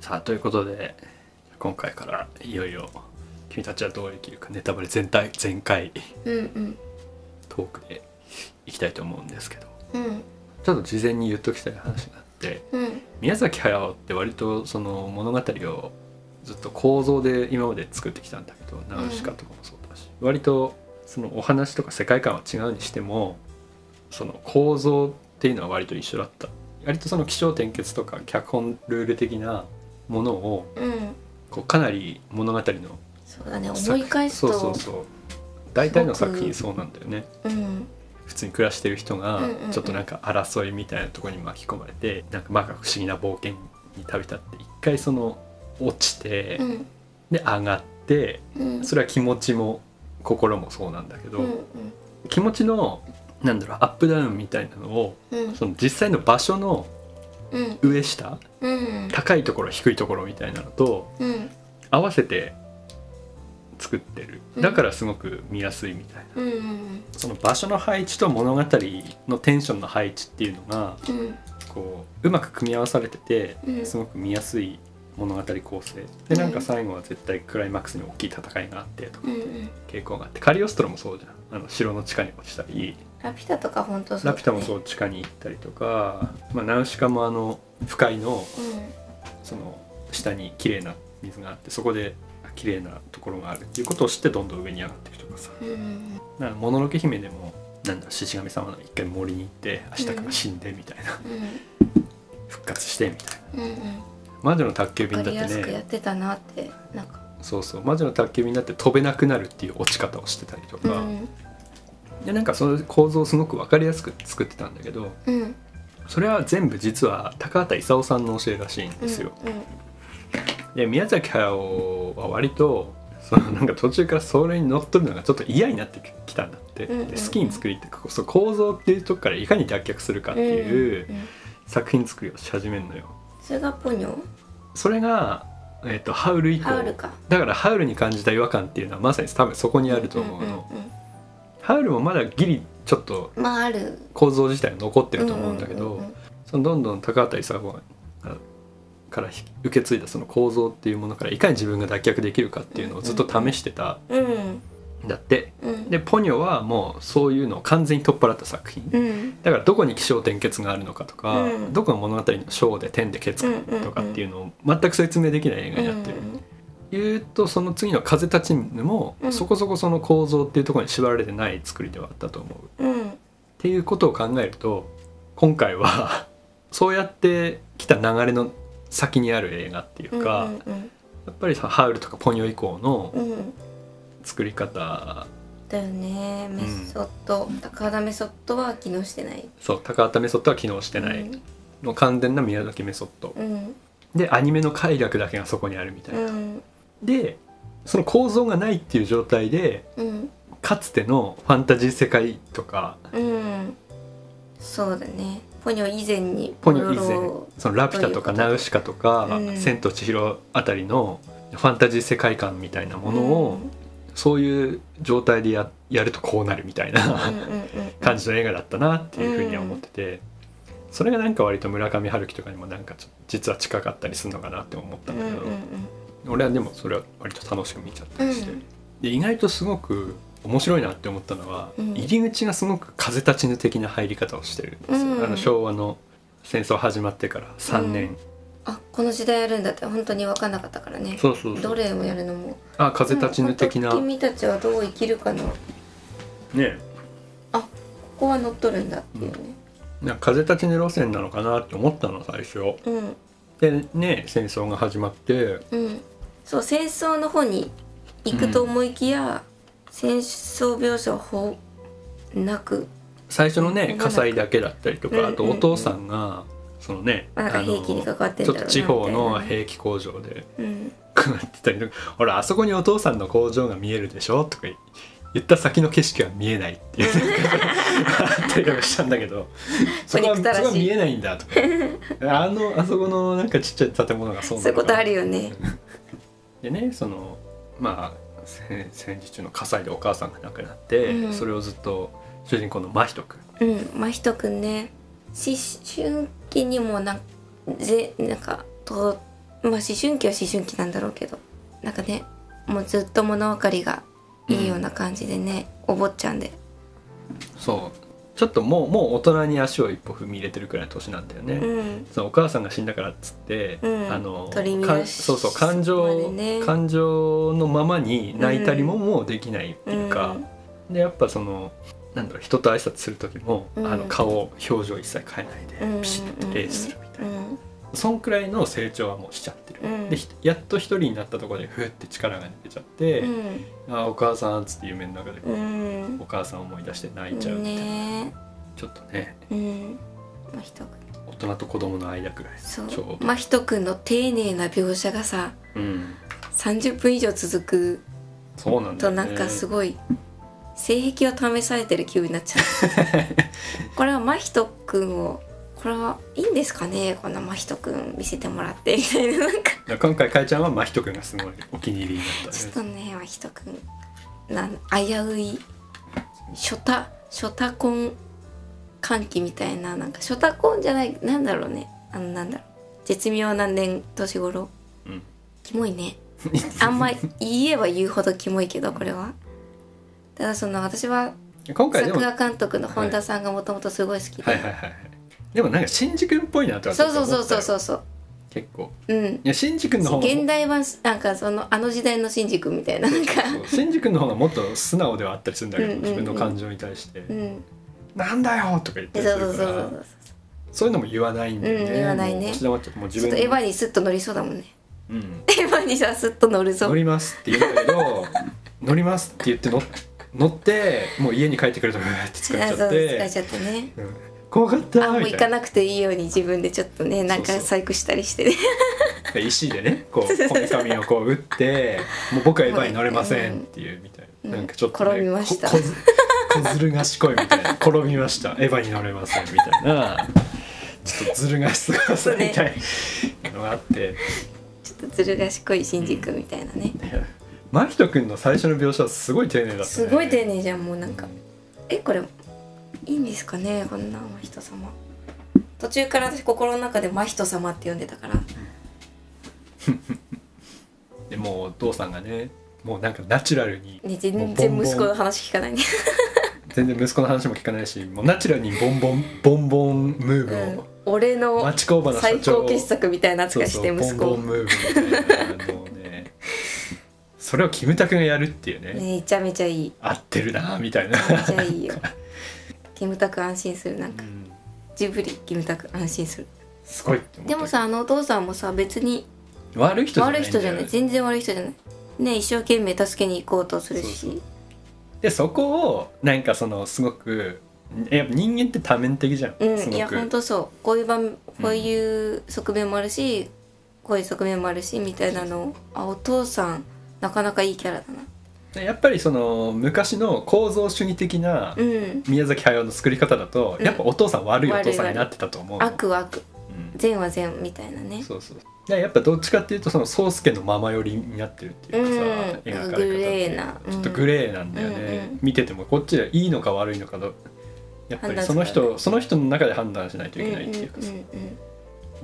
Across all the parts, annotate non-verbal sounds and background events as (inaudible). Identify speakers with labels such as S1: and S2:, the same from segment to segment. S1: さあということで今回からいよいよ君たちはどう生きるかネタバレ全体全開
S2: うん
S1: トークでいきたいと思うんですけど
S2: うんうん
S1: ちょっと事前に言っときたい話があって
S2: うん
S1: 宮崎駿って割とその物語をずっと構造で今まで作ってきたんだけど「ナウシカ」とかもそうだし、割とそのお話とか世界観は違うにしてもその構造っていうのは割と一緒だった割とその起承転結とか脚本ルール的なものを
S2: うん
S1: こうかなり物語の
S2: そうだね
S1: 作
S2: 思い返すと
S1: そうそうそう大体の作品そうなんだよね
S2: うん
S1: 普通に暮らしてる人が
S2: うんうんうん
S1: ちょっとなんか争いみたいなところに巻き込まれてなんかまか不思議な冒険に旅立って一回その落ちて
S2: うん
S1: で上がって
S2: うん
S1: それは気持ちも心もそうなんだけ
S2: うんう
S1: ど
S2: ん
S1: 気持ちのなんだろうアップダウンみたいなのを
S2: うん
S1: その実際の場所の
S2: うん
S1: 上下
S2: うん
S1: 高いところ低いところみたいなのと
S2: うん
S1: 合わせて作ってる
S2: うん
S1: だからすごく見やすいみたいな
S2: うんうん
S1: その場所の配置と物語のテンションの配置っていうのが
S2: うん
S1: こううまく組み合わされてて
S2: うん
S1: すごく見やすい物語構成でなんか最後は絶対クライマックスに大きい戦いがあってとか
S2: うんうん
S1: 傾向があってカリオストロもそうじゃんあの城の地下に落ちたり
S2: ラピュタとか本当そうだね
S1: ラピュタもそう地下に行ったりとか、まあ、ナウシカもあの不快のその下に綺麗な水があってそこで綺麗なところがあるっていうことを知ってどんどん上に上がっていくとかさ
S2: うんうん
S1: なんかもののけ姫でもなんだろう獅子神様の一回森に行って明日から死んでみたいな、復活してみたいな
S2: うんうんうん
S1: 魔女の宅急
S2: わ
S1: 便
S2: か
S1: だっ
S2: りやす
S1: て
S2: くや
S1: ね
S2: ってたなってなんか
S1: そうそう魔女の宅急便だって飛べなくなるっていう落ち方をしてたりと
S2: う
S1: か、
S2: ん
S1: でなんかその構造をすごく分かりやすく作ってたんだけど
S2: うん
S1: それは全部実は高畑勲さんの教えらしいんですよ。で宮崎駿は割とそのなんか途中からそれに乗っ取るのがちょっと嫌になってきたんだって、
S2: うんうんうん
S1: で好きに作りってそう構造っていうとこからいかに脱却するかっていう
S2: うんうん
S1: 作品作りをし始めるのよ。
S2: それがポニョ
S1: それが、えっとハウル以降
S2: ハウルか
S1: だからハウルに感じた違和感っていうのはまさに多分そこにあると思うの、
S2: んん
S1: ハウルもまだギリちょっと
S2: うんまあある
S1: 構造自体は残ってると思うんだけど、
S2: うんうん
S1: そのどんどん高畑勲からから引き受け継いだその構造っていうものからいかに自分が脱却できるかっていうのをずっと試してた
S2: うん
S1: んだって
S2: うん
S1: でポニョはもうそういうのを完全に取っ払った作品、
S2: うん
S1: だからどこに起承転結があるのかとか、
S2: うん
S1: どこの物語の章で点で結
S2: うんうんうん
S1: とかっていうのを全く説明できない映画になってる、
S2: うん
S1: 言うとその次の「風立ちぬ」も
S2: うん
S1: そこそこその構造っていうところに縛られてない作りではあったと思う。っ
S2: うん
S1: ていうことを考えると今回は (laughs) そうやってきた流れの先にある映画っていうか、
S2: うんうん
S1: やっぱりさハウルとかポニョ以降の
S2: うんうん
S1: 作り方
S2: だよねメソッド、高田メソッドは機能してない
S1: そう高畑メソッドは機能してない、の完全な宮崎メソッド
S2: うん
S1: でアニメの快楽だけがそこにあるみたいうな。
S2: ん
S1: でその構造がないっていう状態で
S2: うん
S1: かつてのファンタジー世界とか
S2: うんそうだねポニョ以前に
S1: ポニョ以
S2: ロロ
S1: 前そのラピュタとか
S2: どういうこと
S1: ナウシカとか
S2: うん
S1: 千と千尋あたりのファンタジー世界観みたいなものをそういう状態でややるとこうなるみたい
S2: うん
S1: な
S2: うんうんうん
S1: 感じの映画だったなっていうふうには思っててそれがなんか割と村上春樹とかにもなんかちょ実は近かったりするのかなって思った
S2: うんんう
S1: だ
S2: ん
S1: けど俺はでもそれは割と楽しく見ちゃったりして
S2: うん
S1: で意外とすごく面白いなって思ったのは
S2: うん
S1: 入り口がすごく風立ちぬ的な入り方をしてるんです
S2: うん
S1: よあの昭和の戦争始まってから3年。
S2: うんあこの時代やるんだって本当に分かんなかったからね
S1: そうそうそう
S2: どれをやるのも
S1: あ風立ちぬ的な、
S2: うん君たちはどう生きるかのこ
S1: ね
S2: こは乗っ取るんだっていうね
S1: なんか風立ちぬ路線なのかなって思ったの最初
S2: うん
S1: でね戦争が始まって
S2: うん、そう戦争の方に行くと思いきや、戦争描写はほなく、
S1: 最初の
S2: う
S1: ね
S2: ん
S1: 火災だけだったりと
S2: うん
S1: かあとお父さんがそのね
S2: まあなんか
S1: の
S2: 兵器に関わってん
S1: ちょっ
S2: だろう
S1: と
S2: な
S1: 地方の
S2: みたい
S1: 兵器工場で (laughs)
S2: なうん、
S1: 配ってたりとか「ほらあそこにお父さんの工場が見えるでしょ」とか言った先の景色は見えないっていうあったりとかしたんだけ
S2: (laughs)
S1: どそこは
S2: 憎
S1: そ
S2: たらしい
S1: こは見えないんだとかあのあそこのなんかちっちゃい建物がそう
S2: そう
S1: ないのか
S2: うこ
S1: な
S2: とあるよね。
S1: でねそのまあ戦戦時中の火災でお母さんが亡くなって、
S2: うん
S1: それをずっと主人公の真人君
S2: うん、まひとくんね思春期にもなんぜなんかとまあ思春期は思春期なんだろうけどなんかねもうずっと物分かりがいいような感じでね、お坊ちゃんで
S1: そうちょっともうもう大人に足を一歩踏み入れてるくらいの年なんだよね、
S2: うん
S1: そのお母さんが死んだからっつって、
S2: うん
S1: あの
S2: 取り
S1: か
S2: 乱
S1: ん
S2: し
S1: そうそう感情
S2: までね
S1: 感情のままに泣いたりももうできないっていうか、でやっぱそのなんだろう人と挨拶する時も、
S2: うん
S1: あの顔表情一切変えない
S2: うん
S1: でピシッと礼するみたいな、
S2: うん
S1: そんくらいの成長はもうしちゃってる、
S2: うん
S1: でひやっと一人になったところでふって力が抜けちゃって「
S2: うん
S1: あーお母さん」っつって夢の中でこう、
S2: うん
S1: お母さんを思い出して泣いちゃうみたいな、
S2: ね
S1: ちょっとね
S2: えうんまあ一組
S1: 大人と子供の間くらい
S2: そ
S1: ちょ
S2: う
S1: うど、
S2: まひとくんの丁寧な描写がさ
S1: うん、
S2: 30分以上続
S1: そうなん
S2: く
S1: だ
S2: と
S1: よね
S2: なんかすごい性癖を試されてる気分になっ
S1: (laughs)
S2: ちゃうこれはまひとくんをこれはいいんですかねこんなまひとくん見せてもらってみたいななんか
S1: いや今回かえちゃんは真人くんがすごいお気に入りになっ
S2: ちょったと
S1: ね
S2: ねまひとくんなん危ういショタショタコン歓喜みたいななんかショタコンじゃないなんだろうねあのなんだろう絶妙な年年頃
S1: うん
S2: キモい
S1: (laughs)
S2: ねあんま言えば言うほどキモいけどこれはただその私は
S1: 今回で
S2: 作
S1: もは
S2: 画
S1: い
S2: 監督の本田さんがもともとすごい好きで、
S1: はいはいはいでもなんか新宿っぽいなとはちょっ
S2: そ
S1: と
S2: うそ
S1: 思
S2: う
S1: った
S2: そう
S1: よ
S2: そうそうそう
S1: 結構
S2: うん
S1: いや新宿の方が
S2: 現代版なんかそのあの時代の新宿みたいななんか
S1: そう新宿の方がもっと素直ではあったりするんだけど、
S2: うんうんうん
S1: 自分の感情に対して
S2: う
S1: 「
S2: ん
S1: なんだよ!」とか言っ
S2: そ
S1: て
S2: う
S1: する
S2: そ
S1: から
S2: うそうそう
S1: そういうのも言わないんだよね、
S2: うん言わないね
S1: もう押し黙っちゃってもう自
S2: ちょっ
S1: 分
S2: とエヴァにスッと乗りそうだもんね
S1: うん、
S2: エヴァにさスッと乗る
S1: 乗
S2: ぞ
S1: りますって言うんだけど (laughs) 乗りますって言って乗乗ってもう家に帰ってくるとうわーって疲れ
S2: あ
S1: ちゃ
S2: そう
S1: っ
S2: 使え
S1: て
S2: ちゃってね
S1: うん怖かった
S2: あもう
S1: ーみた
S2: 行か
S1: いな
S2: なくていいように自分でちょっとねなん
S1: そ
S2: か
S1: うそう
S2: 細工したりしてね (laughs)
S1: 石でねこうこめかみをこう打ってもう僕はエヴァに乗れませんっていうみたいな、
S2: うん
S1: なんかちょっと、ね、
S2: 転びました
S1: ここずこずる賢いみたいな転びましたエヴァに乗れませんみたいなちょっとずる賢さみたいなのがあって
S2: ちょっとずる賢い新宿みたいなね
S1: (laughs) 真人君の最初の描写はすごい丁寧だった、ね、
S2: すごい丁寧じゃんもうなんかえこれいいんですかねこんな真人様途中から私心の中で真人様って呼んでたから
S1: でもうお父さんがねもうなんかナチュラルに
S2: ね全然息子の話聞かないね
S1: 全然息子の話も聞かないしもうナチュラルにボンボンボンボンムー
S2: う
S1: ブを、
S2: ん俺の
S1: 町工場の社
S2: 最
S1: 長
S2: 高傑作みたいな
S1: そう
S2: 扱いして息
S1: ボンボ
S2: 子
S1: ンムーブみたいなのをねそれをキムタクがやるっていうね
S2: ねめちゃめちゃいい
S1: 合ってるなみたいな、
S2: めちゃいい
S1: (laughs)
S2: よキムタク安心するなん
S1: う
S2: か
S1: ん
S2: ジブリキムタク安心する
S1: すごいって思った
S2: でもさあのお父さんもさ別に
S1: 悪い人じゃな
S2: 悪
S1: い
S2: い人じゃない
S1: んだよ
S2: 全然悪い人じゃないね一生懸命助けに行こうとするし
S1: そうでそこをなんかそのすごくやっぱ人間って多面的じゃん、
S2: うん
S1: す
S2: い
S1: ご
S2: や
S1: く
S2: 本当そうこういう場面こういう側面もあるし、こういう側面もあるしみたいなのをあお父さんなかなかいいキャラだな
S1: でやっぱりその昔の構造主義的な
S2: うん
S1: 宮崎駿の作り方だと、
S2: うん
S1: やっぱお父さん悪いお父さん
S2: 悪い
S1: になってたと思うの
S2: 悪は悪
S1: うん
S2: 善は善みたいなね
S1: そうそうでやっぱどっちかっていうとその宗介のママ寄りになってるっていうかさ、
S2: うん
S1: 描かれ方
S2: グレーな
S1: ちょっとグレーなんだよね、
S2: うんうん
S1: 見ててもこっちでいいのか悪いのかどやっぱりその
S2: 判
S1: 人、
S2: 断
S1: その人の中で判断しないといけないっていうかさ、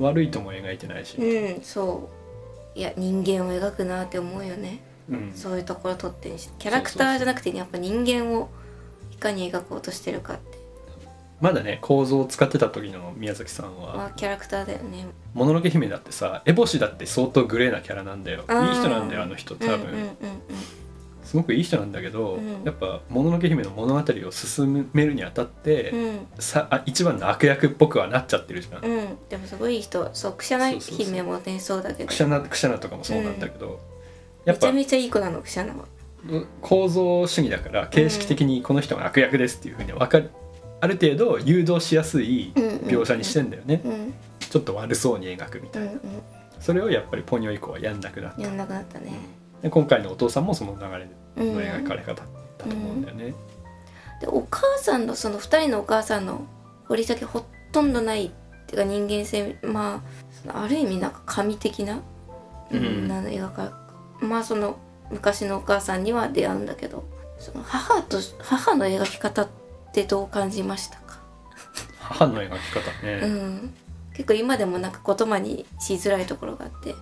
S2: う
S1: 悪いとも描いてないし、
S2: んうんうんうんうんそういや人間を描くなって思うよね
S1: うん
S2: そういうところ取ってるしキャラクターじゃなくてやっぱ人間をいかに描こうとしてるかって
S1: まだね構造を使ってた時の宮崎さんは
S2: まあキャラクターだよね
S1: 「もののけ姫」だってさ烏帽子だって相当グレーなキャラなんだよ
S2: あー
S1: いい人なんだよあの人多分、
S2: うんうんうん
S1: すごくいい人なんだけど、
S2: うん
S1: やっぱ「もののけ姫」の物語を進めるにあたって、
S2: うんうん
S1: さあ一番の悪役っぽくはなっちゃってるじゃん、
S2: うん、でもすごいいい人そうクシャナ
S1: そうそうそう
S2: 姫もねそうだけど
S1: クシャナクシャナとかもそうなんだけど、やっ
S2: めちゃ
S1: ぱ
S2: めちゃいい子なのクシャナは
S1: 構造主義だから形式的にこの人が悪役ですっていうふうに分かるある程度誘導しやすい描写にしてんだよね、
S2: うんうん
S1: ちょっと悪そうに描くみ
S2: う
S1: たい
S2: ん
S1: な、それをやっぱりポニョ以降はやんなくなった
S2: やんなくなったね
S1: で今回のお父さんもその流れの
S2: う
S1: 描
S2: ん
S1: かれ方だと思うんだよね、
S2: でお母さんのその2人のお母さんの掘り下げほとんどないっていうか人間性まあそのある意味なんか神的な、
S1: うん
S2: なの描かまあその昔のお母さんには出会うんだけどその母と母の描き方ってどう感じましたか、
S1: 母の描き方ね、
S2: うん、結構今でもなんか言葉にしづらいところがあって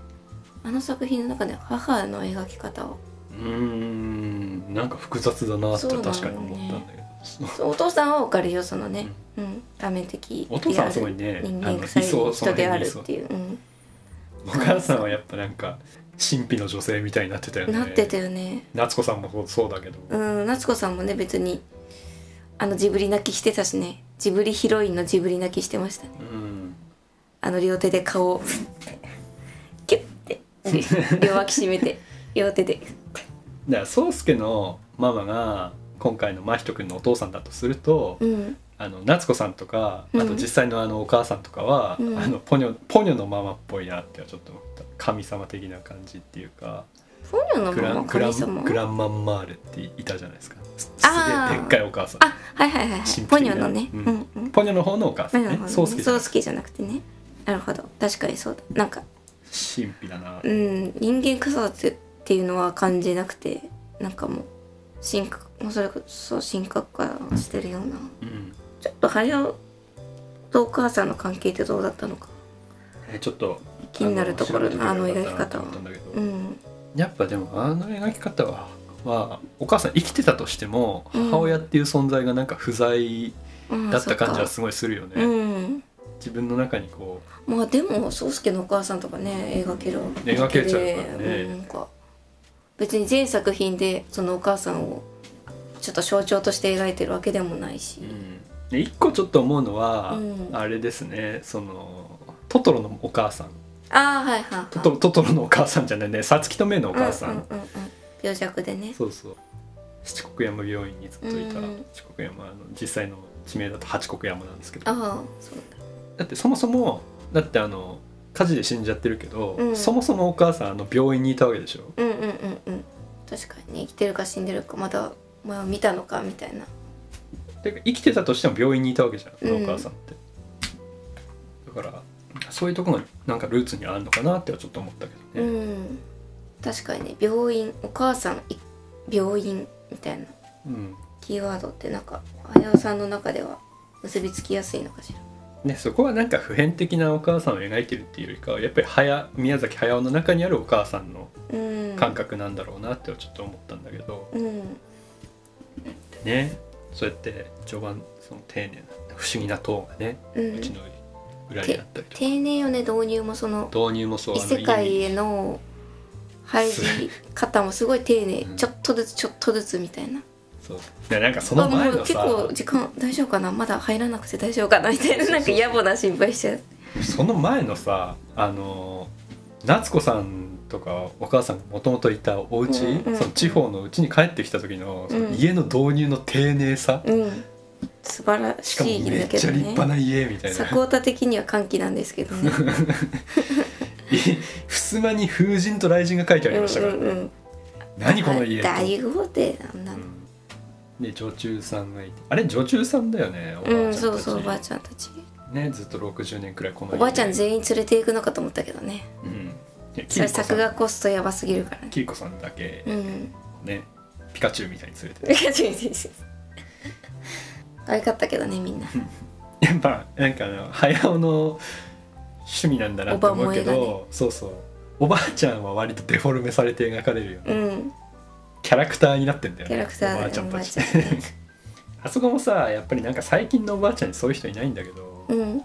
S2: あの作品の中で母の描き方を
S1: うーんなんか複雑だなって
S2: そうなの
S1: 確かに思ったんだけど、そう
S2: そうお父さんはわかるよそのね、うん、多面的
S1: お父さんはすごいね
S2: 人
S1: あ
S2: 間
S1: の
S2: 臭い
S1: そうその
S2: 人
S1: 辺
S2: であ
S1: に
S2: る
S1: い
S2: っ
S1: そう
S2: ていう、うん
S1: お母さんはやっぱなんか神秘の女性みたいになってたよね
S2: なってたよね
S1: 夏子さんもそうそうだけど、
S2: うん夏子さんもね別にあのジブリ泣きしてたしねジブリヒロインのジブリ泣きしてましたね
S1: うん、
S2: あの両手で顔をキュッて両脇締め
S1: (laughs)
S2: て両手で
S1: だから宗介のママが今回の真人君のお父さんだとすると、
S2: うん
S1: あの夏子さんとかあ
S2: うん
S1: と実際のあのお母さんとかは、
S2: うん
S1: あのポニョポニョのママっぽいなってちょっと思った神様的な感じっていうか
S2: ポニョの
S1: グ
S2: ま
S1: ラ
S2: ま
S1: ングラ
S2: 神
S1: ン
S2: 様
S1: グランマンマーレっていたじゃないですかすす
S2: あー
S1: げえでっかいお母さん
S2: あはいはいはいは
S1: 神秘的
S2: い
S1: な
S2: ポニョのね
S1: う
S2: うんんうん
S1: ポニョの方のお母さ
S2: ポ
S1: ん
S2: ニョの
S1: ね
S2: 方
S1: 宗介
S2: ね
S1: じゃ
S2: そ
S1: な
S2: う
S1: く
S2: 好
S1: て
S2: きじゃなくてねなるほど確かにそうだなんか
S1: 神秘だな、
S2: うん人間臭さっていうのは感じなくてなんかもう神格もうそれこそ神格化してるような
S1: うん
S2: ちょっと早尾とお母さんの関係ってどうだったのか
S1: えちょっと
S2: 気になるところだあの描き方は
S1: は、う、
S2: うんん
S1: やっぱでもあの描き方ははお母さん生きてたとしても
S2: うん
S1: 母親っていう存在がなんか不在
S2: うん
S1: だった感じは
S2: そ
S1: すごいするよ
S2: っか
S1: ね、
S2: うん
S1: 自分の中にこう
S2: まあでも宗介のお母さんとかね描ける
S1: 描けちゃうからね
S2: うんなんか別に全作品でそのお母さんをちょっと象徴として描いてるわけでもないし、
S1: で一個ちょっと思うのは、
S2: うん
S1: あれですねそのトトロのお母さん
S2: ああはいはいはい
S1: トトロトトロのお母さんじゃないねさつきとめいのお母さん、
S2: うんうんうんうん、病弱でね
S1: そうそう七国山病院にずっといた、
S2: うん
S1: 七国山あの実際の地名だと八国山なんですけど
S2: ああそう
S1: だってそもそもだってあの火事で死んじゃってるけど、
S2: うん
S1: そもそもお母さんあの病院にいたわけでしょ
S2: だうんうんうんうん確かに生きてるか死んでるかまだまあ見たのかみたいな
S1: てか生きてたとしても病院にいたわけじゃんそのお母さんって、だからそういうところがなんかルーツにあるのかなってはちょっと思ったけどね、
S2: うん確かにね病院お母さんい病院みたいな
S1: うん
S2: キーワードってなんか綾尾さんの中では結びつきやすいのかしら
S1: ね、そこはなんか普遍的なお母さんを描いてるっていうよりかはやっぱり早宮崎駿の中にあるお母さんの
S2: うん
S1: 感覚なんだろうなってちょっと思ったんだけど、
S2: うん
S1: でねそうやって序盤その丁寧な不思議な塔がね、
S2: う
S1: うんちの裏にあったりとか
S2: 丁寧よね導入もその
S1: 導入もそう
S2: 異
S1: あの
S2: 世界
S1: 家に
S2: への入り方もすごい丁寧、
S1: うん
S2: ちょっとずつちょっとずつみたいな
S1: そうでなんかそ
S2: あ
S1: の
S2: も
S1: 前
S2: う
S1: の
S2: 結
S1: さ
S2: 構時間大丈夫かなまだ入らなくて大丈夫かなみたいななんか野暮な心配しちゃう
S1: その前のさあの夏子さんとかお母さんがもともといたお家、
S2: うんうん
S1: その地方のうちに帰ってきた時の,、
S2: うん
S1: その家の導入の丁寧さ、
S2: うん素晴ら
S1: しかも
S2: しいん
S1: め
S2: だ
S1: っ
S2: け
S1: ちゃ
S2: ど
S1: 立派
S2: ね
S1: な家みたいな
S2: サ
S1: (laughs)
S2: ポータ的には歓喜なんですけどね
S1: 襖に風神と雷神が書いてありましたから、ね
S2: うんうんうん
S1: 何この家と
S2: 大豪邸なんだ
S1: う
S2: なの
S1: んで女中さんがいてあれ女中さんだよねおばあちゃん
S2: うん
S1: たち、
S2: そうそうおばあちゃんたち
S1: ねずっと60年くらいこの家
S2: お
S1: に
S2: ばあちゃん全員連れて行くのかと思ったけどね
S1: うんで
S2: そ
S1: キ
S2: れ
S1: リコさん
S2: 作画コストやばすぎるからね
S1: キリコさんだけ
S2: うん
S1: ねピカチュウみたいに連れてて
S2: 違う違う違う違う可愛かったけどねみんな
S1: (laughs) やっぱなんかあの早尾の趣味なんだなって思うけ
S2: おば萌
S1: ど、そうそうおばあちゃんは割とデフォルメされて描かれるよね、
S2: うん
S1: キャラクターになってんだよ
S2: キ
S1: ね
S2: ャラクター
S1: おばあちゃ
S2: だ
S1: ん
S2: ねお
S1: た
S2: ばあ
S1: ち
S2: ちゃんね
S1: (laughs) あそこもさやっぱりなんか最近のおばあちゃんにそういう人いないんだけど、
S2: うん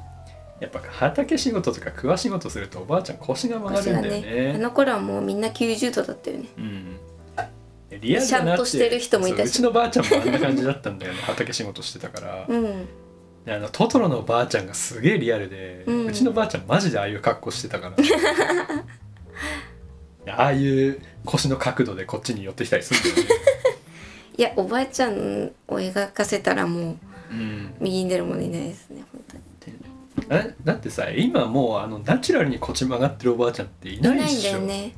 S1: やっぱ畑仕事とか桑仕事するとおばあちゃん腰が曲が
S2: 腰
S1: る
S2: が
S1: んだよ
S2: ね
S1: ね
S2: あの頃はもうみんな90度だったよね
S1: うんリアルだな
S2: シャンとしてる人もいた
S1: そううち
S2: し
S1: のばあちゃんもあんな感じだったんだよね畑仕事してたから、
S2: うん
S1: であのトトロのばあちゃんがすげえリアルで、う
S2: うん
S1: ちのばあちゃんマジでああいう格好してたから
S2: (laughs)
S1: ああいう腰の角度でこっちに寄ってきたりするんだよね、
S2: いやおばあちゃんを描かせたらもう
S1: うん
S2: 右に出るものいないですね本当に
S1: だだってさ今もうあのナチュラルにこっち曲がってるおばあちゃんってい
S2: いな
S1: ないで
S2: いんだ
S1: しょ
S2: よね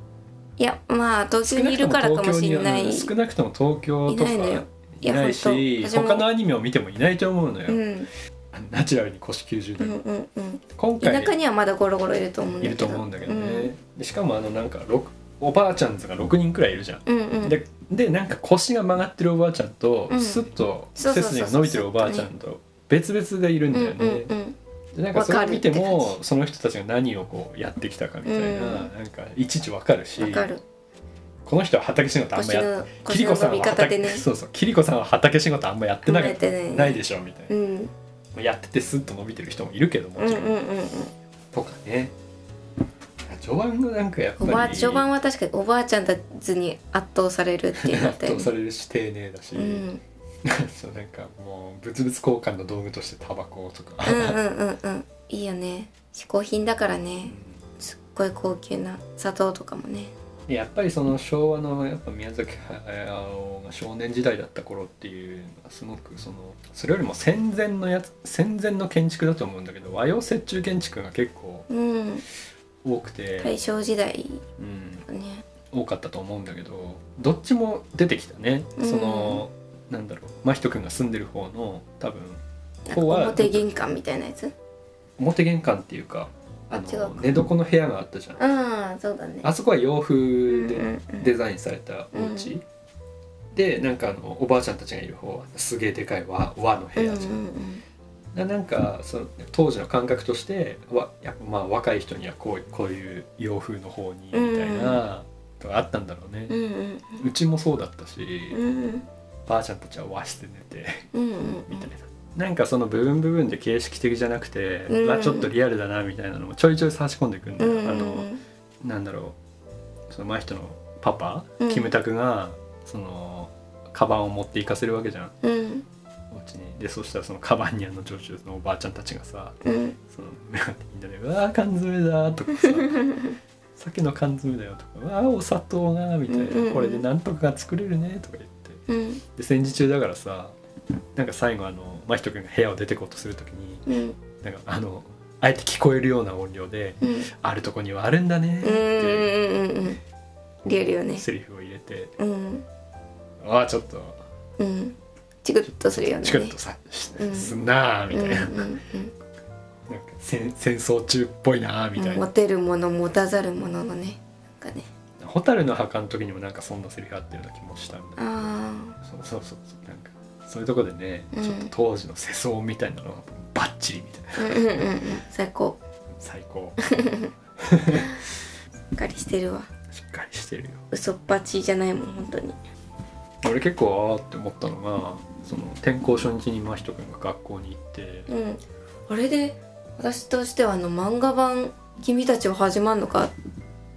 S2: いやまあ東
S1: 少
S2: 京
S1: な
S2: に
S1: くと
S2: いる
S1: も
S2: からかも
S1: 東京に
S2: しれ
S1: は
S2: ない
S1: 少なくとも東京とか
S2: いないのよい
S1: い
S2: や
S1: ないし
S2: 本当私も
S1: 他のアニメを見てもいないと思うのよ、
S2: うんうん
S1: あのナチュラルに腰90
S2: う
S1: 度、
S2: んうん
S1: 今
S2: 田舎
S1: 回
S2: にはまだゴロゴロいると思う
S1: い
S2: んだ
S1: る
S2: け
S1: と
S2: ど
S1: 思うんだけどね、でしかもあのなんかろくおばあちゃんズが6人くらいいるじゃん、
S2: うんうんうん
S1: ででなんか腰が曲がってるおばあちゃんと、
S2: うん
S1: スッと
S2: そう
S1: 背
S2: そうそ
S1: 筋
S2: うそう
S1: が伸びてるおばあちゃんと別々でいるん
S2: う
S1: だ
S2: ん
S1: よね、
S2: うんうん
S1: でなんか
S2: わ
S1: それ
S2: かる
S1: を見て
S2: って
S1: も
S2: 感
S1: その人たちが何をこうやってきたかみたいな、
S2: うん
S1: なんかいちいちわかるし
S2: わかる
S1: この人は畑仕事あんま
S2: 腰
S1: やっ
S2: の
S1: キリ
S2: 腰
S1: コさ
S2: の伸
S1: ん
S2: び
S1: は
S2: 方
S1: 畑
S2: でね
S1: そうそうキリコさんは畑仕事あんまやってなか
S2: 考えてないね
S1: ないでしょみたいな、
S2: うん
S1: やっててスッと伸びてる人もいるけど
S2: う
S1: も
S2: んう
S1: ち
S2: ん
S1: ろん、
S2: うんうん
S1: とかね序盤がなんかやっぱ
S2: お
S1: り
S2: ばあ序盤は確かにおばあちゃんたちに圧倒されるっていうのだっ
S1: (laughs) (laughs) 圧
S2: た
S1: 倒
S2: よね
S1: されるし丁寧だし、
S2: うん、うん
S1: (laughs) そうなんかもう物々交換の道具としてタバコとか、
S2: うんうんうんいいよね嗜好品だからねすっごい高級な砂糖とかもね
S1: でやっぱりその昭和のやっぱ宮崎駿が少年時代だった頃っていうのはすごくそのそれよりも戦前のやつ戦前の建築だと思うんだけど和洋折衷建築が結構
S2: うん
S1: 多くて、
S2: 大正時代
S1: うん、
S2: だね
S1: 多かったと思うんだけどどっちも出てきたね、
S2: うん
S1: そのなんだろう真人君が住んでる方の多分
S2: なんか
S1: こうは
S2: 表玄関みたいなやつ
S1: 表玄関っていうか
S2: あ
S1: あ
S2: 違うか
S1: の寝床の部屋があったじゃん
S2: ああそうだね
S1: あそこは洋風
S2: うん
S1: で
S2: うんうん
S1: デザインされたお家、でなんかあのおばあちゃんたちがいる方はすげえでかい和和の部屋じゃん、
S2: うんうんうん
S1: ななんかその当時の感覚としてわやっぱまあ若い人にはこうこういう洋風の方にみたいなとがあったんだろうね、
S2: うんうん
S1: うちもそうだったし、
S2: うんうん
S1: ばあちゃんたちは和して寝て
S2: うんうん
S1: みたいな。なんかその部分部分で形式的じゃなくて、
S2: うん
S1: まあちょっとリアルだなみたいなのもちょいちょい差し込んでいくんだ
S2: う
S1: よ、
S2: んうん
S1: あのなんだろうその前人のパパ、
S2: うん
S1: キムタクがそのカバンを持って行かせるわけじゃん
S2: うん
S1: お家にでそしたらそのカバンにあの常駐のおばあちゃんたちがさ
S2: うん
S1: そのみんなで「うわー缶詰だ」とか
S2: (laughs)
S1: さ「酒の缶詰だよ」とか「うわーお砂糖が」みたいな、
S2: うんうんうん
S1: これでなんとかが作れるね」とか言って
S2: うん
S1: で戦時中だからさなんか最後あの真人君が部屋を出てこうとするときに
S2: うん
S1: なんかあのあえて聞こえるような音量で
S2: うんうん
S1: 「あるとこにはあるんだね」って
S2: う
S1: い
S2: ん
S1: う
S2: うんうんうん出るよね
S1: セリフを入れて
S2: うん
S1: ああちょっと
S2: うんチクッとするよね
S1: チクッとさし
S2: うん
S1: すんなーみたいな,、
S2: うんうんうん
S1: なんか戦戦争中っぽいなーみたい
S2: 持
S1: な
S2: てるもの持たざるもののねなんかね
S1: 「蛍の墓」の時にもなんかそんなセリフあったような気もしたんだ
S2: あ
S1: そうそうそうそうなんかそういうとこでね、
S2: うん
S1: ちょっと当時の世相みたいなのがバッチリみたいな
S2: あうんうんうんうん最高
S1: 最高
S2: しっかりしてるわ
S1: しっかりしてるよ
S2: 嘘っぱちじゃないもん本当に
S1: 俺結構あーって思ったのがその転校初日に真人君が学校に行って
S2: うんあれで私としてはあの漫画版「君たちは始まんのか?」っ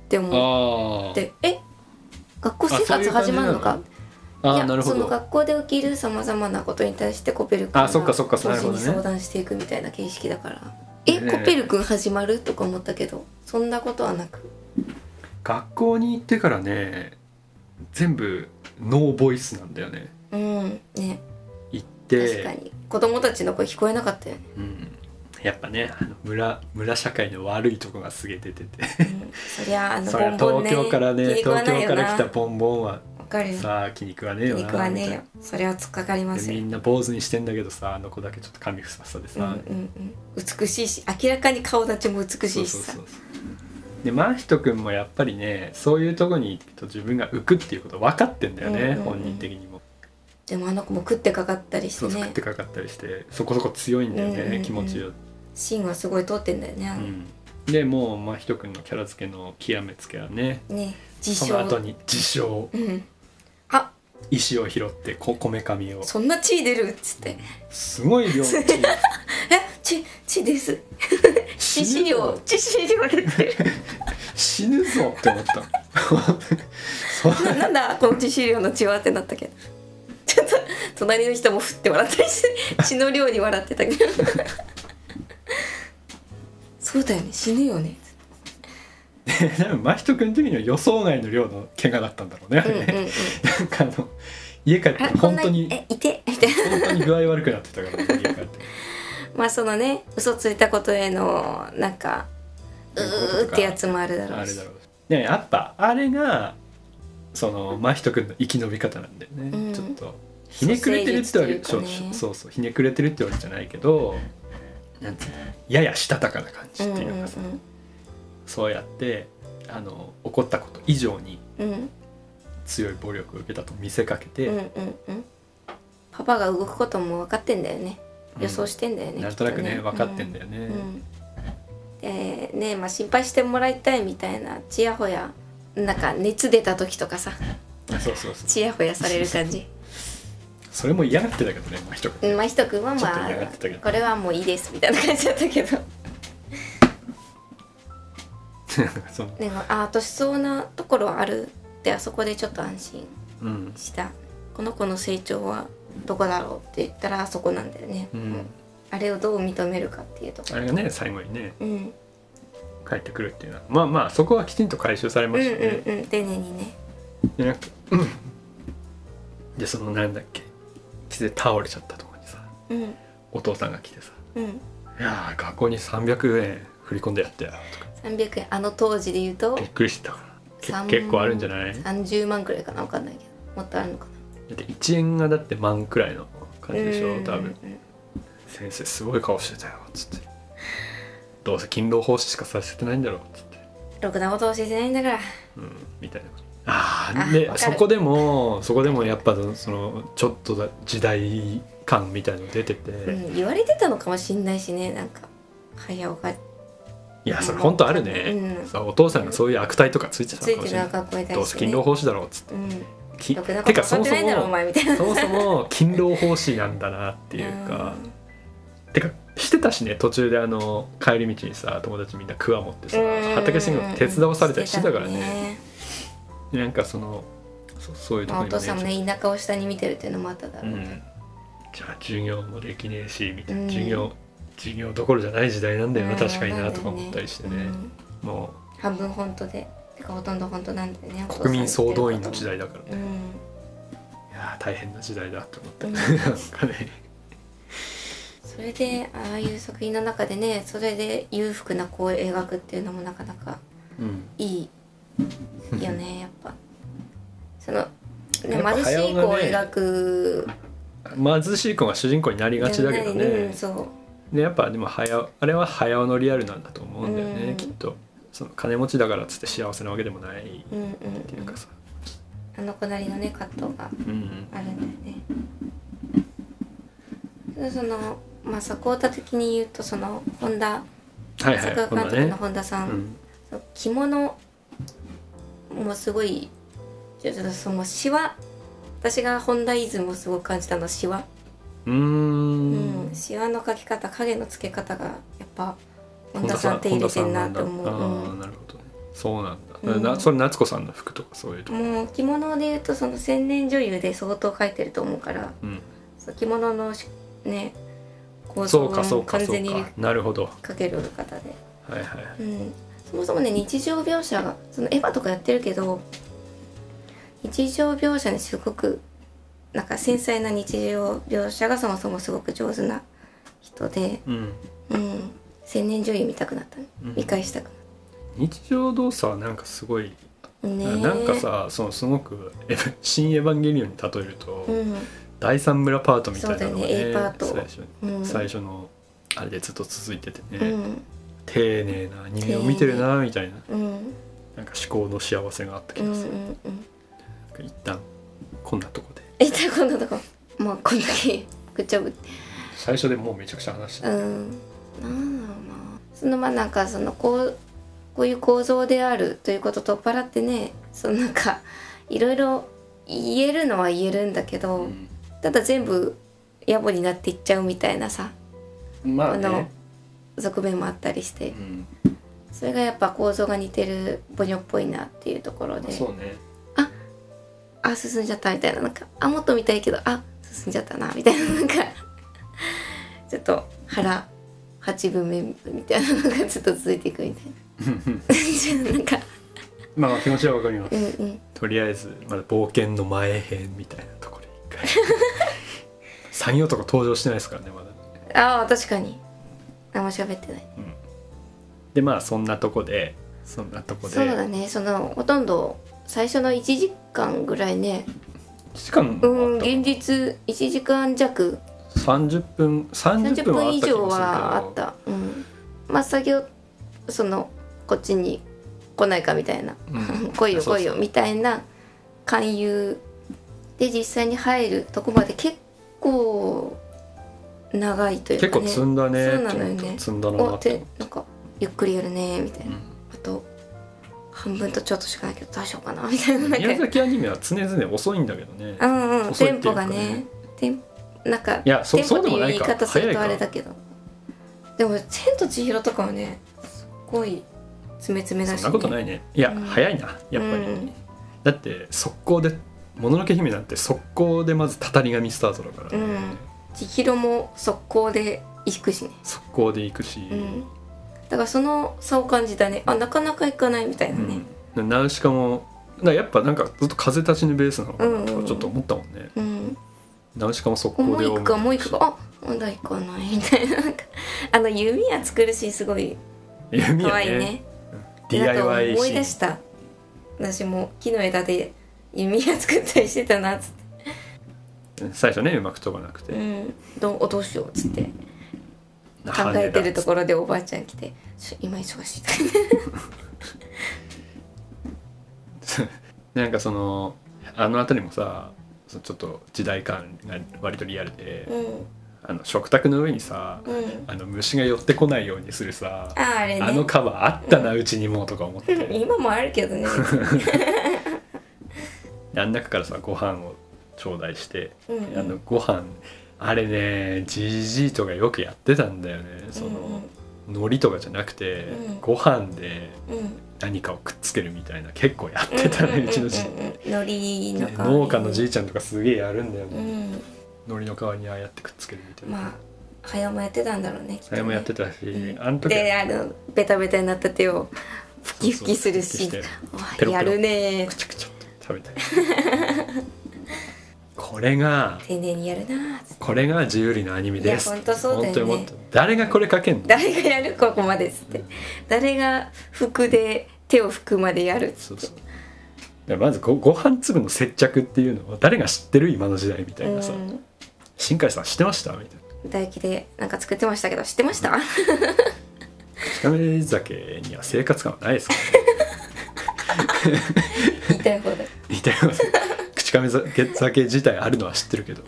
S2: て思
S1: あ
S2: ってえ学校生
S1: あそうい
S2: 活
S1: う感
S2: 始
S1: じな
S2: ま
S1: の
S2: るのか
S1: あ
S2: い
S1: あ
S2: や
S1: ーなるほ
S2: その
S1: ど
S2: 学校で起きるさまざまなことに対してコペル君
S1: あそっかそっかなるほどね
S2: に相談していくみたいな形式だから、え
S1: ねえ
S2: コペル君始まるとか思ったけどそんなことはなく
S1: 学校に行ってからね全部ノーボイスなんだよね
S2: うんね
S1: 行っ
S2: 確か
S1: て、
S2: に子供たちの声聞こえなかったよね、
S1: うん、やっぱねあの村村社会の悪いとこがすげえ出てて
S2: うん、 (laughs) そりゃあの
S1: そりゃ
S2: ボンボ
S1: 東
S2: ンね
S1: 京からね
S2: 気に食わ
S1: 東
S2: ない
S1: 京か
S2: よな
S1: ら来たボンボンは
S2: わかるよ
S1: さあ気に食わねえ
S2: 気
S1: よ
S2: に
S1: な
S2: 食わね
S1: み
S2: え
S1: たい
S2: よそれは突っかかり
S1: な
S2: ま
S1: です
S2: よ
S1: みんな坊主にしてんだけどさあの子だけちょっと髪ふさふさで
S2: うんう
S1: さ、
S2: んうん、美しいし明らかに顔立ちも美しい
S1: そう
S2: しさ
S1: そうそうそうで真人君もやっぱりねそういうとこに行くと自分が浮くっていうこと分かってんだよね、
S2: うんうんうん
S1: 本人的にも。
S2: でもあの子も食ってかかったりして
S1: そうそう食
S2: ね
S1: ってかかったりしてそこそこ強いんだよね、
S2: うんうんうん
S1: 気持ちを。
S2: 芯はすごい通ってんだよねあ
S1: う
S2: の、
S1: ん、でもう真人君のキャラ付けの極めつけはね
S2: ね
S1: そ
S2: 自
S1: の後
S2: 称
S1: に自称
S2: うんあ
S1: 石を拾ってここめかみを
S2: そんな血出るっつ
S1: (laughs)
S2: って
S1: すごい量の (laughs)
S2: え血血です
S1: 血
S2: 血資料血資料出てる
S1: (laughs) 死ぬぞって思った (laughs) そ
S2: ななんだこの致死量の血はってなったけどちょっと隣の人も振って笑った
S1: (laughs)
S2: りして血の量に笑ってたけどそうだよね死ぬよね
S1: 多分 (laughs) 真人君的には予想外の量の怪我だったんだろうね、あ
S2: うん
S1: れ
S2: うん
S1: ね
S2: う
S1: な
S2: ん
S1: んかあの家帰っ
S2: あ
S1: て
S2: れこん
S1: 本
S2: な
S1: 当に
S2: えいて (laughs) みたいな
S1: 本当に具合悪くなってたからね家帰って
S2: まあそのね嘘ついたことへのなんか (laughs) うーってやつもあるだろ
S1: あ
S2: う
S1: れ
S2: し
S1: だろうねやっぱあれがその真人君の生き延び方なんだよね、
S2: うん
S1: ちょっとひねくれてるってわけそう
S2: そ
S1: う
S2: 成立というかね
S1: そうそうひねくれてるってわけじゃないけどなんていうのややしたたかな感じ
S2: う
S1: っ
S2: んう
S1: て
S2: ん
S1: いうかさ、そうやってあの怒ったこと以上に
S2: うんうん
S1: 強い暴力を受けたと見せかけて、
S2: うんうんうんパパが動くことも分かってんだよね予想してんだよね、
S1: なんとなくね分かってんだ
S2: よ、
S1: よね、
S2: うんでねまあ心配してもらいたいみたいなちやほやなんか熱出た時とかさ
S1: あそうそうそう
S2: ちやほやされる
S1: (laughs)
S2: 感じ
S1: それも嫌がってたけどね、まあ、人が
S2: うんまあひとくんは
S1: ちょっ
S2: ま
S1: と
S2: あ
S1: 嫌がってたけど
S2: これはもういいですみたいな感じだったけど
S1: (laughs) そう
S2: でもあ年そうなところはあるってあそこでちょっと安心
S1: うん
S2: したこの子の成長はどこだろうって言ったらあそこなんだよね、
S1: うん
S2: あれをどう認めるかっていうとこ
S1: あれがね最後にね
S2: うん
S1: 帰ってくるっていうのはまあまあそこはきちんと回収され
S2: う
S1: ま
S2: ん
S1: したね、
S2: うんうん丁寧にね
S1: でなんかうんでそのなんだっけ着て倒れちゃったとこにさ
S2: うん
S1: お父さんが来てさ
S2: うん
S1: 「いやー学校に300円振り込んでやったよ」とか
S2: 300円あの当時で言うと
S1: びっくりしてたから
S2: 三
S1: け結構あるんじゃないだ
S2: 30万くらいかなわかんないけどもっとあるのかな
S1: って1円がだって万くらいの感じでしょ多分
S2: うんうん
S1: 先生すごい顔してたよっつってどうせ勤労奉仕しかさせてないんだろうっつって
S2: ろくなこと教えてないんだから
S1: うんみたいなあ
S2: あ
S1: あで
S2: わか
S1: そ
S2: る
S1: こでもそこでもやっぱそのちょっとだ時代感みたいの出てて、
S2: うん、言われてたのかもしんないしねなんか早尾が
S1: いやそれ本当あるね、
S2: うん
S1: そうお父さんがそういう悪態とかついてた
S2: つ
S1: の
S2: い
S1: かもしてれな
S2: ない学校に対して、ね、
S1: どうせ勤労奉仕だろうっつって
S2: うん
S1: き
S2: ろくなこ
S1: て
S2: と
S1: かそ
S2: 教わ
S1: も
S2: って
S1: そ
S2: ないんだろお
S1: も
S2: 前みたいな
S1: そもそも勤労奉仕なんだなっていうか、てかしてたしね途中であの帰り道にさ友達みんなクワ持ってさ
S2: うん
S1: 畑仕事手伝わされたりしてたから
S2: してた
S1: ねなんかそのそそういうと
S2: まあ、
S1: ころ
S2: お
S1: にも
S2: 父さんも
S1: ちょっ
S2: ね田舎を下に見てるっていうのもあっただ
S1: とう
S2: ろう、
S1: んじゃあ授業もできねえしみたい
S2: うん
S1: な授業授業どころじゃない時代なんだよ
S2: う
S1: なん確かになとか思ったりして
S2: う
S1: ね
S2: ん
S1: も
S2: 半分本当でてかほとんど本当なんだよね
S1: う国民総動員の時
S2: 代
S1: 代だからね
S2: う
S1: い
S2: ん
S1: やー大変な時代だと思った、
S2: うん
S1: なんかね
S2: それでああいう作品の中でねそれで裕福な子を描くっていうのもなかなか
S1: うん
S2: いいよねやっぱその、ね、
S1: やっぱ
S2: 貧しい子
S1: 早尾
S2: を
S1: が
S2: 描
S1: ね
S2: く
S1: 貧しい子が主人公になりがちだけどね、
S2: うん、そう
S1: でやっぱでも早尾あれは早尾のリアルなんだと思うんだよね、
S2: うん
S1: きっとその金持ちだからっつって幸せなわけでもないっ
S2: うんうん
S1: ていうかさ、
S2: あの子なりのね葛藤が
S1: うん
S2: あるんだよねそのまあ迫田的に言うとその本田
S1: はいはい
S2: 作画
S1: 今度
S2: 監督
S1: ね
S2: の、本田さ、
S1: うんん、
S2: その着物もすごいちょっとそのシワ私が本田イズムをすごく感じたのはシワ
S1: うーん
S2: うん、シワの描き方影のつけ方がやっぱ本田さん手入れてんなと
S1: 本
S2: 思
S1: 田さんなんだあ
S2: う
S1: ー、なるほどねそうなんだ、
S2: うん
S1: なそれ夏子さんの服とかそういうと
S2: うん
S1: こ、
S2: もう着物で言うとその千年女優で相当描いてると思うから
S1: うん、
S2: そう着物のしね構
S1: そう
S2: 造
S1: かそ
S2: も
S1: うか
S2: 完
S1: そう
S2: 全に
S1: かなるほど
S2: 描ける方で、
S1: はいはい
S2: うん、そもそもね日常描写がそのエヴァとかやってるけど日常描写にすごくなんか繊細な日常描写がそもそもすごく上手な人で、
S1: うん
S2: うん、千年女優見たくなったね
S1: うん
S2: 見返したくなっ
S1: 日常動作はなんかすごい、
S2: たねえ
S1: なんかさそのすごくエヴァ新エヴァンゲリオンに例えると、
S2: うん
S1: 第三村パートみたいなのが
S2: そうだよね
S1: ね
S2: A パート
S1: 最初に
S2: うん
S1: 最初のあれでずっと続いててね、
S2: うん
S1: 丁寧なアニメを見てるなみたいな
S2: うんうん
S1: なんか思考の幸せがあった気
S2: うんう
S1: がする、
S2: んうん
S1: なんか一旦こんなとこで
S2: えじゃあこんなとこもうこんだけ (laughs) ぐっちゃぐっ
S1: 最初でもうめちゃくちゃ話して
S2: う
S1: た、
S2: んなんだろうなそのまあなんかそのこうこういう構造であるということとっ払ってねそのなんかいろいろ言えるのは言えるんだけど、
S1: うん
S2: ただ全部野暮になっていっちゃうみたいなさ
S1: ま
S2: あ
S1: あ
S2: の
S1: ね、
S2: 側面もあったりして
S1: うん、
S2: それがやっぱ構造が似てるボニョっぽいなっていうところで
S1: そうね
S2: あ進んじゃったみたいななんかあもっと見たいけどあ進んじゃったなみたいななんか (laughs) ちょっと腹八分目みたいなのがちょ (laughs) っと続いていくみたい
S1: (laughs)
S2: ななんか
S1: まあ気持ちはわかります
S2: うんうん
S1: とりあえずまだ冒険の前編みたいなところで
S2: (laughs)
S1: 一回三男登場してないですからねまだ
S2: ああ確かにあんま喋ってない
S1: でまあそんなとこでそんなとこで
S2: そうだねそのほとんど最初の1時間ぐらいね
S1: 時間
S2: う
S1: もあ
S2: ん
S1: った
S2: 現実1時間弱
S1: 30分30
S2: 30
S1: 分はあ
S2: 分
S1: っ
S2: 以
S1: た気
S2: 上
S1: もするけど
S2: はあったうんまあ作業そのこっちに来ないかみたいな
S1: うん
S2: (laughs) 来いよ
S1: そうそう
S2: 来いよみたいな勧誘で実際に入るとこまで結構長いという
S1: 結
S2: か、ね、
S1: 構積んだね
S2: そうなのよね
S1: ちょっと積んだな
S2: お
S1: っ
S2: っててなんかゆっくりやるねみたい
S1: 思
S2: な
S1: う、
S2: あと半分とちょっとしかないけどどうしようかなみたいな
S1: うん宮
S2: なんか
S1: 崎アニメは常々遅いんだけどね
S2: うんうん
S1: 遅い
S2: テ
S1: っ
S2: ン
S1: てい
S2: ポ
S1: うか
S2: が
S1: ね
S2: ねテンなんか
S1: いやそ
S2: テンポ
S1: そ
S2: っ
S1: う
S2: て
S1: でも
S2: いう
S1: な
S2: 言
S1: い
S2: い
S1: か
S2: 方す
S1: 早
S2: る
S1: い
S2: と
S1: か
S2: あれだけどでも「千と千尋」とかはねすっごい詰め詰めだし、
S1: そ
S2: ね、
S1: んなことないねいや、
S2: うん
S1: 早いなやっぱり、
S2: うん
S1: だって速攻で「もののけ姫」なんて速攻でまずたたり神スタートだから、
S2: うん千尋も速攻で行くしね
S1: 速攻で行くし、
S2: うんだからその差を感じたねあなかなか行かないみたいなね
S1: うん、ナウシカもだからやっぱなんかずっと風立ちぬベースなのかなと
S2: う
S1: か
S2: んうん
S1: ちょっと思ったもんね、
S2: うん、
S1: ナウシカも速攻
S2: もう
S1: で
S2: 行くかもう行くかあまだ行かないみたいななんか (laughs) あの弓矢作るしすごい
S1: 弓
S2: 可
S1: 矢
S2: 愛いね
S1: ね
S2: でなんか
S1: DIY
S2: 思
S1: シ
S2: い出
S1: ー
S2: し
S1: ン
S2: た私も木の枝で弓矢作ったりしてたなっつっ
S1: 最初ねうまく飛ばなく
S2: て、
S1: て、
S2: うん、どうどうしようっつって考
S1: 跳ね
S2: え
S1: た
S2: てるところでおばあちゃん来て「ちょ今忙しい」
S1: (laughs)
S2: (laughs)
S1: なんかそのあの辺りもさそちょっと時代感が割とリアルで、
S2: うん
S1: あの食卓の上にさ、
S2: うん
S1: あの虫が寄ってこないようにするさ
S2: あーあれね
S1: あのカバーあったな、うちにもとか思って
S2: (laughs) 今もあるけ
S1: (laughs)
S2: どね、
S1: あん中からさご飯を頂戴して、
S2: うんうん
S1: あのご飯あれねじじいとかよくやってたんだよねその、海苔とかじゃなくて、
S2: うん
S1: ご飯で
S2: うんうん、
S1: 何かをくっつけるみたいな結構やってたねうちのじ、
S2: んんんん海苔の代わりに
S1: 農家のじいちゃんとかすげえやるんだよ
S2: う
S1: ね、
S2: ん
S1: 海苔の代わりにああやってくっつけるみたいな、
S2: まあ早もやってたんだろうねきっとね
S1: それもやってたし、
S2: うん
S1: あの時は
S2: であのベタベタになった手をふきふきする
S1: そう
S2: し
S1: そうふきふきして
S2: うわ
S1: ペロペロ
S2: やるね
S1: くちゃくちゃっと食べたいこれが
S2: 丁寧にやるなー
S1: これが自由利のアニメです
S2: いやほんとそうだよね
S1: 本当に思った誰がこれ書けんの
S2: 誰がやるここまでっつって誰が服で手を拭くまでやるっつ
S1: そ
S2: っ
S1: う
S2: て
S1: そうだからまずごご飯粒の接着っていうのを誰が知ってる今の時代みたいなさ、
S2: うん
S1: 新海さん知ってましたみたいな
S2: 唾液でなんか作ってましたけど知ってました
S1: 「近め酒には生活感はない
S2: (laughs)
S1: ですからね」
S2: (laughs) 言いたい方だ
S1: みたいな「口亀酒自体あるのは知ってるけど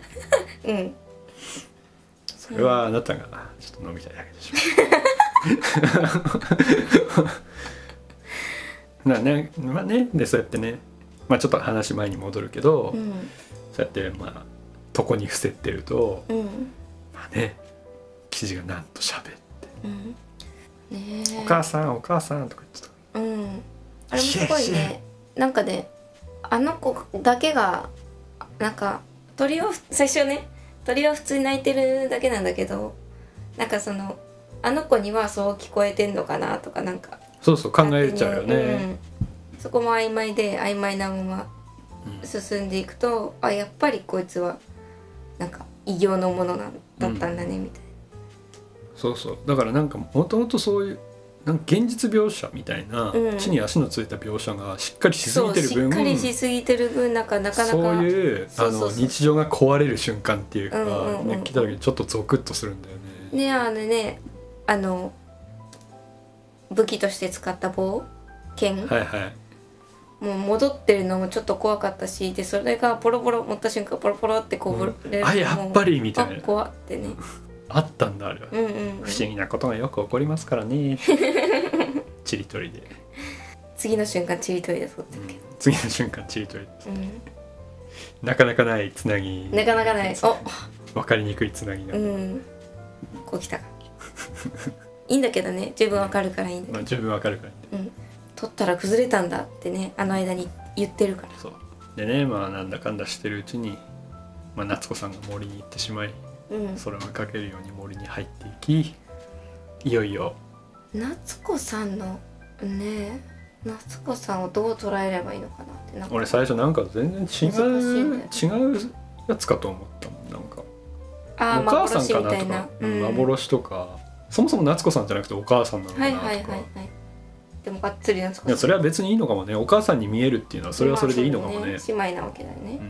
S2: うん
S1: それはあなたがちょっと飲みたいだけでしょ (laughs) なねまあねでそうやってねまあちょっと話前に戻るけど、
S2: うん
S1: そうやってまあ床に伏せてると、
S2: うん
S1: まあね記事がなんと喋って
S2: うんね
S1: 「
S2: え
S1: お母さんお母さん」とか言って
S2: うんあれもすごいねなんかねあの子だけがなんか鳥を最初ね鳥は普通に鳴いてるだけなんだけどなんかそのあの子にはそう聞こえてんのかなとかなんか
S1: たそうそう考えちゃうよね、、
S2: うんそこも曖昧で曖昧なまま
S1: うん
S2: 進んでいくとあやっぱりこいつはなんか異形のものなんだったんだねみたい
S1: そうそうだからなんかもともとそういうなんか現実描写みたいな、
S2: うん
S1: 地に足のついた描写がしっかりし
S2: な、
S1: すぎ
S2: そう
S1: てる
S2: しっ
S1: 分
S2: かりしすぎてる分なんかなかなか
S1: そういう
S2: そうそうそう
S1: あの日常が壊れる瞬間っていうか、
S2: うんうんうん
S1: ね来た時にちょっとゾクッとするんだよね。
S2: ねあのねあの武器として使った棒剣、
S1: はいはい。
S2: もう戻ってるのもちょっと怖かったしでそれがポロポロ持った瞬間ポロポロってこぼれる、
S1: うんあやっぱりみたいな
S2: あ怖ってね
S1: あったんだあれは。
S2: うんうん、うん
S1: 不思議なことがよく起こりますから
S2: (laughs)
S1: ね。ちりとりで、
S2: 次の瞬間ちりとりだそうって
S1: う
S2: る
S1: ん
S2: けど、
S1: 次の瞬間ちりとりです。
S2: うん
S1: なかなかないつなぎ。
S2: なかなかないお
S1: わかりにくいつなぎが、
S2: うんこう来たいいんだけどね十分わかるからいいんだけ
S1: まあ十分わかるからいいんで。
S2: ど、うん、取ったら崩れたんだってねあの間に言ってるから
S1: そう。でねまあなんだかんだしてるうちに、まあ夏子さんが森に行ってしまい、
S2: うん
S1: それをかけるように森に入っていき、いよいよ
S2: 夏子さんのね夏子さんをどう捉えればいいのかなってなんか
S1: 俺最初なんか全然違
S2: 難しいん
S1: う、
S2: だよ
S1: 違うやつかと思ったもんなんか
S2: あー
S1: お母さんかなと
S2: 幻みたい
S1: か
S2: な、
S1: うん
S2: うん
S1: 幻とかそもそも夏子さんじゃなくてお母さんなのか
S2: は
S1: ないとか、
S2: はいはいいはいでもがっつり夏子さん
S1: やそれは別にいいのかもねお母さんに見えるっていうのはそれはそれでいいのかもね,、
S2: まあそうだね姉妹なわけだよね、
S1: う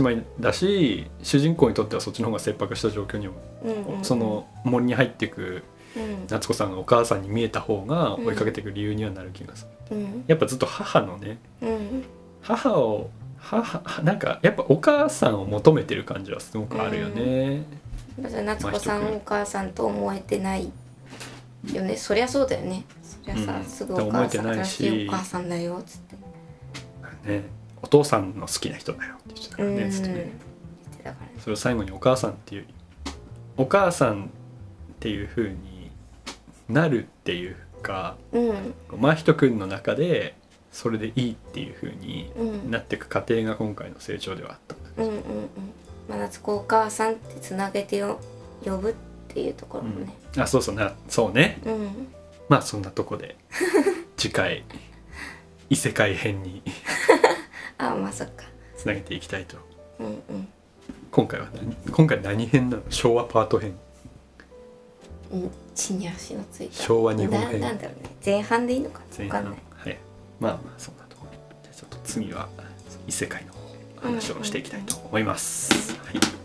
S1: ん、姉妹だし主人公にとってはそっちの方が切迫した状況にも、
S2: うんうんうん
S1: その森に入っていく
S2: うん
S1: 夏子さんがお母さんに見えた方が追いかけていく理由にはなる気がする、
S2: うん
S1: やっぱずっと母のね
S2: うん
S1: 母を母なんかやっぱお母さんを求めてる感じはすごくあるよね、
S2: やっぱ夏子さ
S1: まあ一
S2: ん
S1: 組
S2: お母さんと思えてないよねそりゃそうだよねそりゃさ、
S1: うん
S2: すぐお母さん
S1: 思えてない
S2: 新
S1: し
S2: しいお母さんだよっつって
S1: ねお父さんの好きな人だよって言ってたか
S2: う
S1: ら
S2: ん
S1: ね,、
S2: 言
S1: ず
S2: っ
S1: っと
S2: て
S1: ね
S2: たからね
S1: それを最後にお母さんっていうお母さんっていう風になるっていうか
S2: うん
S1: 真人君の中でそれでいいっていう風に
S2: うん
S1: なっていく過程が今回の成長ではあったんだけ
S2: うん
S1: ど、
S2: うんうんまあ夏子お母さんってつなげてよ呼ぶっていうところもね
S1: あそうそうなそうね
S2: うん、
S1: まあそんなとこ
S2: (laughs)
S1: で次回異世界編に
S2: あまあそっか
S1: つなげていきたいと
S2: うんうん
S1: 今回は何今回何編なの昭和パート編
S2: うん地に足のついた
S1: 昭和日本編
S2: ななんだろうね前半でいいのかな
S1: 前
S2: わ
S1: 半
S2: かんない
S1: はいまあまあそんなところでじゃあちょっと次は異世界の方話をしていきたいと思います、はい